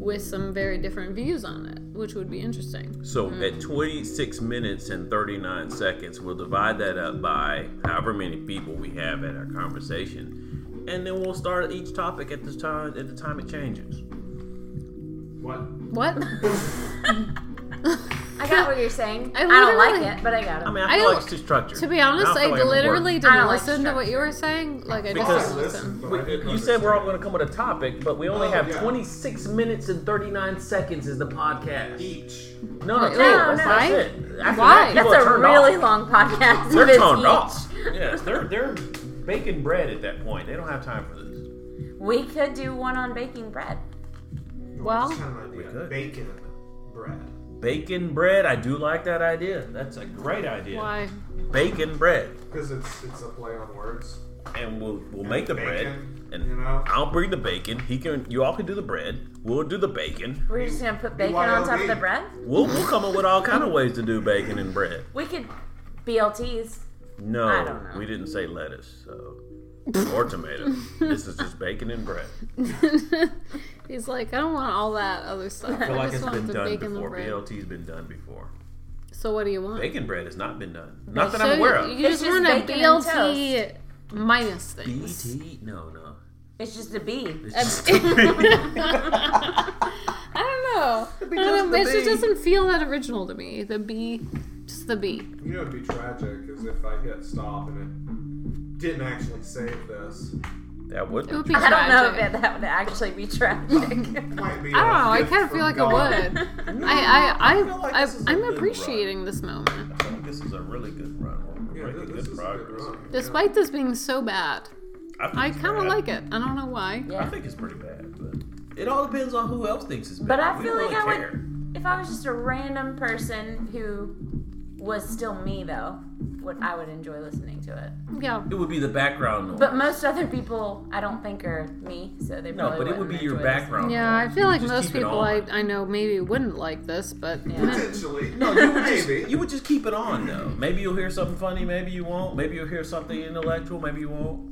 Speaker 4: with some very different views on it, which would be interesting.
Speaker 2: So at 26 minutes and 39 seconds, we'll divide that up by however many people we have at our conversation, and then we'll start each topic at the time at the time it changes.
Speaker 3: what?
Speaker 4: What? [laughs]
Speaker 1: I got what you're saying. I,
Speaker 4: I
Speaker 1: don't
Speaker 4: literally-
Speaker 1: like it, but I got it.
Speaker 2: I mean,
Speaker 4: I
Speaker 2: I feel like
Speaker 4: don't-
Speaker 2: it's too structured.
Speaker 4: to be honest,
Speaker 2: don't
Speaker 4: I,
Speaker 2: feel like I'm at work.
Speaker 4: literally
Speaker 1: I
Speaker 4: didn't
Speaker 1: don't like
Speaker 4: listen to what you were saying. Like I
Speaker 2: Because-
Speaker 4: just
Speaker 3: I
Speaker 4: didn't listen.
Speaker 3: listened, but I
Speaker 2: Wait,
Speaker 3: didn't
Speaker 2: you said we're all going
Speaker 3: understand.
Speaker 2: to come with a topic, but we only
Speaker 3: Oh,
Speaker 2: have
Speaker 3: yeah.
Speaker 2: 26 minutes and 39 seconds is the podcast.
Speaker 3: each.
Speaker 2: No, no,
Speaker 4: Wait,
Speaker 2: two.
Speaker 4: no,
Speaker 2: that's
Speaker 1: no.
Speaker 2: not it. After That,
Speaker 4: Why?
Speaker 2: people
Speaker 1: That's
Speaker 2: are
Speaker 1: a
Speaker 2: turned
Speaker 1: really
Speaker 2: off.
Speaker 1: long podcast.
Speaker 2: They're
Speaker 1: This
Speaker 2: turned
Speaker 1: each.
Speaker 2: off. yes, they're they're baking bread at that point. They don't have time for this.
Speaker 1: We could do one on baking bread.
Speaker 4: Well-
Speaker 3: Just kind of an
Speaker 2: We
Speaker 3: idea.
Speaker 2: could.
Speaker 3: bacon bread.
Speaker 2: Bacon bread. I do like that idea. That's a great idea.
Speaker 4: Why?
Speaker 2: Bacon bread,
Speaker 3: Because it's it's a play on words.
Speaker 2: and we'll we'll make the
Speaker 3: Bacon,
Speaker 2: bread, and
Speaker 3: you know?
Speaker 2: I'll bring the bacon. He can. You all can do the bread. We'll do the bacon.
Speaker 1: We're just gonna put bacon on top of the
Speaker 3: BYOB.
Speaker 1: bread.
Speaker 2: We'll we'll come up with all kind of ways to do bacon and bread.
Speaker 1: We could BLTs.
Speaker 2: No,
Speaker 1: I don't know.
Speaker 2: we didn't say lettuce, so or tomato. this is just bacon and bread.
Speaker 4: He's like, I don't want all
Speaker 2: [laughs]
Speaker 4: that other stuff.
Speaker 2: I feel like
Speaker 4: just
Speaker 2: it's
Speaker 4: want
Speaker 2: been
Speaker 4: the
Speaker 2: done
Speaker 4: bacon and
Speaker 2: before.
Speaker 4: bread.
Speaker 2: BLT's been done before.
Speaker 4: So what do you want?
Speaker 2: Bacon bread has not been done. Not that
Speaker 4: So
Speaker 2: I'm aware
Speaker 4: you-
Speaker 2: of.
Speaker 4: You
Speaker 1: It's
Speaker 4: just,
Speaker 1: just
Speaker 4: want a
Speaker 1: bacon and
Speaker 4: BLT minus
Speaker 2: [laughs]
Speaker 4: things. [laughs]
Speaker 2: BT? No, no.
Speaker 1: It's just a B.
Speaker 2: It's
Speaker 4: A-
Speaker 2: just-
Speaker 4: I don't know. I don't know.
Speaker 3: the
Speaker 4: It
Speaker 3: bee.
Speaker 4: just doesn't feel that original to me. The B, just the B.
Speaker 3: You know, it'd be tragic is if I hit stop and it didn't actually save this.
Speaker 2: that would
Speaker 4: It would
Speaker 2: be.
Speaker 4: be
Speaker 1: I don't know if
Speaker 4: tragic.
Speaker 1: it, that would actually be [laughs]
Speaker 2: [laughs]
Speaker 1: tragic.
Speaker 3: Might be a
Speaker 4: I don't know. I
Speaker 3: gift
Speaker 4: kind of
Speaker 3: from
Speaker 4: feel like
Speaker 3: God.
Speaker 4: I
Speaker 1: [laughs]
Speaker 4: would. I, I,
Speaker 2: feel like
Speaker 4: I, I,
Speaker 2: this is a
Speaker 4: I'm
Speaker 2: good
Speaker 4: appreciating this moment,
Speaker 2: I think this is a really good run. We're
Speaker 3: [laughs] Yeah,
Speaker 2: making
Speaker 3: this
Speaker 2: good
Speaker 3: is a
Speaker 2: progress.
Speaker 3: good
Speaker 4: [laughs]
Speaker 3: run.
Speaker 4: despite this being so bad.
Speaker 2: think
Speaker 4: I
Speaker 2: it's
Speaker 4: kind of
Speaker 2: bad.
Speaker 4: like it. I don't know why.
Speaker 1: Yeah.
Speaker 2: I think it's pretty bad, but it all depends on who else thinks it's bad.
Speaker 1: But I
Speaker 2: We
Speaker 1: feel
Speaker 2: don't
Speaker 1: like I
Speaker 2: really
Speaker 1: would-
Speaker 2: care.
Speaker 1: If I was just a random person who was still me, though, would I would enjoy listening to it.
Speaker 4: Yeah.
Speaker 2: It would be the background noise.
Speaker 1: But most other people, I don't think are me, so they
Speaker 2: no,
Speaker 1: probably
Speaker 2: but it would
Speaker 1: wouldn't
Speaker 2: be your
Speaker 1: enjoy listening.
Speaker 2: background.
Speaker 4: Yeah, I
Speaker 2: noise.
Speaker 4: feel
Speaker 2: You
Speaker 4: like
Speaker 2: just
Speaker 4: most
Speaker 2: keep it
Speaker 4: people
Speaker 2: on.
Speaker 4: I, I know maybe wouldn't like this, but
Speaker 3: Potentially.
Speaker 2: No, you would just
Speaker 3: maybe.
Speaker 2: you would just keep it on though. Maybe you'll hear something funny, maybe you won't. Maybe you'll hear something intellectual, maybe you won't.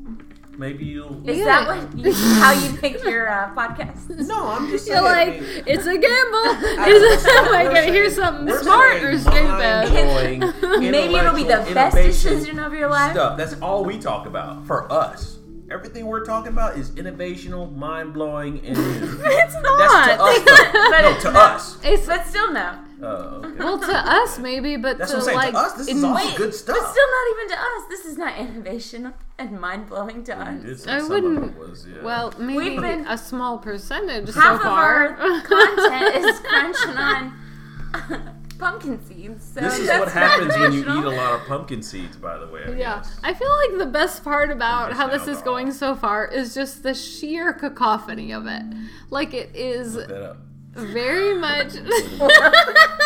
Speaker 2: Maybe you'll.
Speaker 1: Is
Speaker 4: Yeah.
Speaker 1: that what you, how you pick your uh,
Speaker 4: [laughs]
Speaker 1: podcast?
Speaker 2: No, I'm [laughs] just
Speaker 4: You're
Speaker 2: saying.
Speaker 4: like,
Speaker 2: I
Speaker 4: [laughs]
Speaker 2: mean,
Speaker 4: it's a
Speaker 1: [laughs]
Speaker 4: gamble. [laughs] Is it like
Speaker 2: we're
Speaker 4: I
Speaker 2: saying-
Speaker 4: hear something
Speaker 2: we're
Speaker 4: smart
Speaker 2: saying
Speaker 4: or stupid?
Speaker 2: mind-blowing,
Speaker 4: [laughs]
Speaker 1: Maybe it'll be the
Speaker 2: intellectual
Speaker 1: best
Speaker 2: innovation
Speaker 1: decision of your life.
Speaker 2: Stuff. That's all we talk about for us. Everything we're talking about is innovational, mind blowing, and
Speaker 4: [laughs]
Speaker 2: new.
Speaker 4: It's
Speaker 2: That's to
Speaker 4: not.
Speaker 2: us.
Speaker 4: [laughs]
Speaker 1: But
Speaker 2: Though. no,
Speaker 1: it's
Speaker 2: to
Speaker 1: not.
Speaker 2: us.
Speaker 4: It's
Speaker 1: But still, no.
Speaker 2: Oh, okay.
Speaker 4: well to us maybe, but
Speaker 2: That's
Speaker 4: to
Speaker 2: what I'm saying.
Speaker 4: like
Speaker 2: to us, this is
Speaker 4: in-
Speaker 2: all
Speaker 1: Wait,
Speaker 2: good stuff.
Speaker 1: But still, not even to us. This is not innovation and mind blowing to us.
Speaker 2: It's-
Speaker 4: I
Speaker 2: some of
Speaker 4: wouldn't-
Speaker 2: it was, yeah.
Speaker 4: Well, maybe
Speaker 1: We've been-
Speaker 4: a small percentage so
Speaker 1: Half of
Speaker 4: far. [laughs]
Speaker 1: our content is crunching on [laughs] pumpkin seeds. So
Speaker 2: This is
Speaker 1: that's not
Speaker 2: what happens when you eat
Speaker 1: rational.
Speaker 2: a lot of pumpkin seeds, by the way. I
Speaker 4: Yeah,
Speaker 2: guess.
Speaker 4: I feel like the best part about
Speaker 2: Just
Speaker 4: how this
Speaker 2: now,
Speaker 4: is
Speaker 2: though.
Speaker 4: going so far is just the sheer cacophony of it. Like it is
Speaker 2: That up.
Speaker 4: very much. [laughs]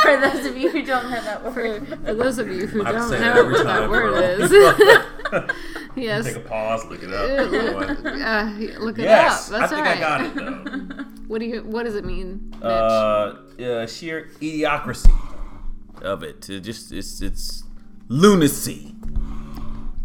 Speaker 1: For those of you who don't know that
Speaker 4: for,
Speaker 1: [laughs] word,
Speaker 4: for those of you who
Speaker 2: I have to
Speaker 4: don't
Speaker 2: say that
Speaker 4: know
Speaker 2: every
Speaker 4: what
Speaker 2: time.
Speaker 4: that word
Speaker 2: bro.
Speaker 4: is, [laughs]
Speaker 2: [laughs]
Speaker 4: yes,
Speaker 2: Take a pause, look it
Speaker 4: Uh,
Speaker 2: up. Good
Speaker 4: look,
Speaker 2: one.
Speaker 4: uh, look it
Speaker 2: Yes,
Speaker 4: up. That's
Speaker 2: I think
Speaker 4: right.
Speaker 2: I got it though.
Speaker 4: What do you? What does it mean, Mitch?
Speaker 2: Uh, uh, sheer idiocracy of it. It just it's it's lunacy.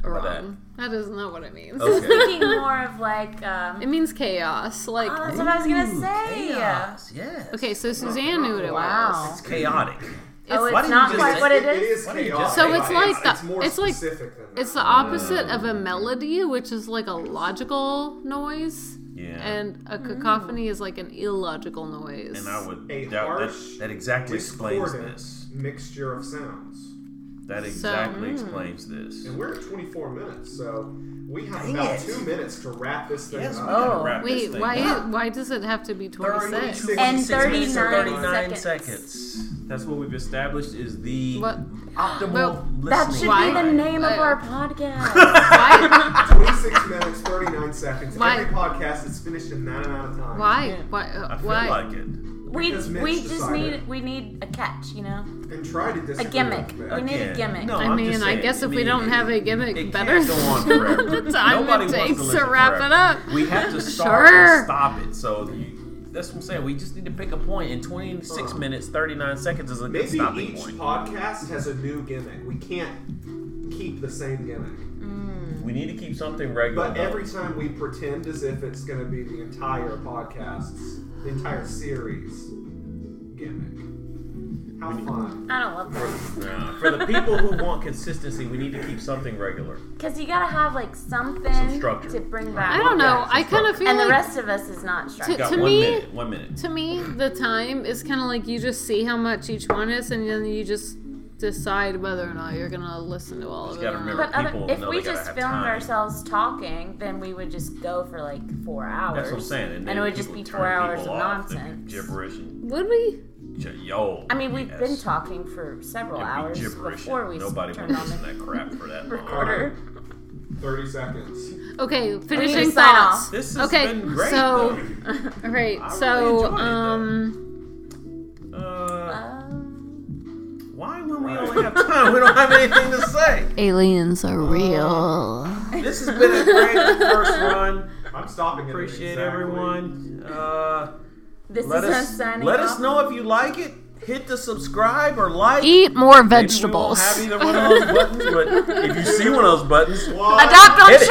Speaker 4: Wrong. That is not what it means.
Speaker 2: Okay.
Speaker 1: thinking more of like, um,
Speaker 4: [laughs] It means chaos. Like,
Speaker 1: oh, [laughs] that's what I was gonna say.
Speaker 2: Chaos. Yes.
Speaker 4: okay, so Suzanne knew what it
Speaker 1: Wow.
Speaker 4: was.
Speaker 2: It's chaotic.
Speaker 1: oh,
Speaker 4: It's-
Speaker 2: Why
Speaker 1: it's
Speaker 2: didn't
Speaker 1: not
Speaker 2: you just
Speaker 1: quite
Speaker 2: say-
Speaker 1: what it
Speaker 3: It
Speaker 1: is.
Speaker 3: is
Speaker 2: Why did you
Speaker 3: chaotic.
Speaker 2: just say
Speaker 4: So it's
Speaker 2: that?
Speaker 4: like the-
Speaker 3: it's more
Speaker 4: it's like-
Speaker 3: specific than that.
Speaker 4: It's the opposite of a melody, which is like a logical noise,
Speaker 2: Yeah.
Speaker 4: and a cacophony is like an illogical noise.
Speaker 2: And I would
Speaker 3: A
Speaker 2: doubt
Speaker 3: harsh,
Speaker 2: that, that exactly explains
Speaker 3: Discordant
Speaker 2: this.
Speaker 3: mixture of sounds.
Speaker 2: That exactly explains this.
Speaker 3: And we're at 24 minutes, so We have
Speaker 5: Dang
Speaker 3: about
Speaker 5: it.
Speaker 3: two minutes to wrap this thing
Speaker 6: Yes, we
Speaker 3: up.
Speaker 1: Oh.
Speaker 6: gotta wrap this
Speaker 4: Wait,
Speaker 6: thing
Speaker 4: why
Speaker 6: up.
Speaker 4: is, why does it have to be 26?
Speaker 3: 36
Speaker 1: And
Speaker 3: minutes.
Speaker 1: 30
Speaker 2: minutes or
Speaker 1: 39
Speaker 2: 39
Speaker 1: seconds.
Speaker 2: seconds. That's what we've established is the
Speaker 4: What?
Speaker 2: optimal
Speaker 4: Well,
Speaker 1: That
Speaker 2: listening
Speaker 1: should
Speaker 4: Why?
Speaker 1: be the name of
Speaker 4: Uh,
Speaker 1: our
Speaker 2: [laughs]
Speaker 1: podcast.
Speaker 4: Why?
Speaker 3: 26 minutes, 39 seconds.
Speaker 4: Why?
Speaker 3: Every podcast is finished in that amount of time.
Speaker 4: Why? Why?
Speaker 2: I
Speaker 4: Uh,
Speaker 2: feel
Speaker 4: why?
Speaker 2: like it.
Speaker 1: we
Speaker 3: Because Mitch
Speaker 1: we just
Speaker 3: decided.
Speaker 1: need we need a catch, you know,
Speaker 3: And try to
Speaker 1: a
Speaker 3: disagree.
Speaker 1: gimmick.
Speaker 3: with
Speaker 1: We
Speaker 3: that.
Speaker 1: need a
Speaker 2: Again.
Speaker 1: gimmick.
Speaker 2: No,
Speaker 4: I
Speaker 2: I'm
Speaker 4: mean,
Speaker 2: just
Speaker 4: I
Speaker 2: saying,
Speaker 4: guess
Speaker 2: I
Speaker 4: if we
Speaker 2: mean,
Speaker 4: don't have a gimmick,
Speaker 2: It
Speaker 4: better
Speaker 2: can't go on forever.
Speaker 4: the [laughs]
Speaker 2: Nobody
Speaker 4: time it
Speaker 2: wants to
Speaker 4: takes to,
Speaker 2: listen
Speaker 4: wrap
Speaker 2: forever.
Speaker 4: it up.
Speaker 2: We have to start
Speaker 4: Sure.
Speaker 2: and stop it. So you, that's what I'm saying. We just need to pick a point. In 26 minutes, 39 seconds is a good
Speaker 3: Uh, Maybe
Speaker 2: stopping
Speaker 3: each
Speaker 2: point.
Speaker 3: podcast has a new gimmick. We can't keep the same gimmick.
Speaker 2: We need to keep something regular.
Speaker 3: But
Speaker 2: though.
Speaker 3: every time we pretend as if it's going to be the entire podcast's, the entire series gimmick. How fun.
Speaker 1: I don't love that
Speaker 2: Nah, for the people who want consistency, we need to keep something regular.
Speaker 1: because you gotta have like something
Speaker 2: Some structure.
Speaker 1: to bring back.
Speaker 4: I don't know.
Speaker 2: it's
Speaker 4: I
Speaker 2: just
Speaker 4: kind of
Speaker 2: like-
Speaker 4: feel
Speaker 1: And
Speaker 4: like
Speaker 1: the rest of us is not structured.
Speaker 2: Got
Speaker 4: To
Speaker 2: one
Speaker 4: me-
Speaker 2: minute. One minute.
Speaker 4: to me the time is kind of like you just see how much each one is, and then you just decide whether or not you're gonna listen to all
Speaker 2: Just
Speaker 4: of it.
Speaker 2: gotta
Speaker 4: or
Speaker 2: remember-
Speaker 4: not.
Speaker 1: But other,
Speaker 2: people
Speaker 1: if
Speaker 2: know
Speaker 1: we
Speaker 2: they gotta
Speaker 1: just
Speaker 2: have
Speaker 1: filmed
Speaker 2: time.
Speaker 1: ourselves talking, then we would just go for like four hours.
Speaker 2: That's what I'm saying. And, then
Speaker 1: it would just
Speaker 2: people
Speaker 1: be
Speaker 2: turn
Speaker 1: four hours of
Speaker 2: people off, they'd be
Speaker 1: nonsense.
Speaker 2: Gibberish. And,
Speaker 4: Would we?
Speaker 2: j- yo.
Speaker 1: I mean, we've
Speaker 2: yes.
Speaker 1: been talking for several
Speaker 2: It'd be
Speaker 1: hours
Speaker 2: gibberish.
Speaker 1: before we
Speaker 2: Nobody
Speaker 1: turned on
Speaker 2: wants to
Speaker 1: the
Speaker 2: listen to that crap for
Speaker 1: [laughs]
Speaker 2: that long.
Speaker 1: recorder.
Speaker 3: 30 seconds.
Speaker 4: Okay,
Speaker 1: need
Speaker 4: finishing
Speaker 1: to sign
Speaker 4: thoughts.
Speaker 1: off.
Speaker 2: This has
Speaker 4: okay,
Speaker 2: been great,
Speaker 4: so
Speaker 2: though.
Speaker 4: all right,
Speaker 2: I really
Speaker 4: so
Speaker 2: enjoyed it, though.
Speaker 4: um,
Speaker 1: [laughs]
Speaker 2: Uh,
Speaker 1: Um,
Speaker 2: why when we only have time, we don't have anything to say?
Speaker 4: aliens are real.
Speaker 2: This has
Speaker 1: [laughs]
Speaker 2: been a great first run.
Speaker 3: I'm stopping it. at
Speaker 2: Appreciate
Speaker 3: exactly-
Speaker 2: everyone. Uh,
Speaker 1: this
Speaker 2: let
Speaker 1: is
Speaker 2: us
Speaker 1: us signing
Speaker 2: let us
Speaker 1: off.
Speaker 2: know if you like it. Hit the subscribe or like.
Speaker 4: Eat more
Speaker 2: Maybe we won't
Speaker 4: vegetables.
Speaker 2: have either one of those buttons, but if you see one of those buttons,
Speaker 3: One,
Speaker 4: Adopt on
Speaker 2: Hit it.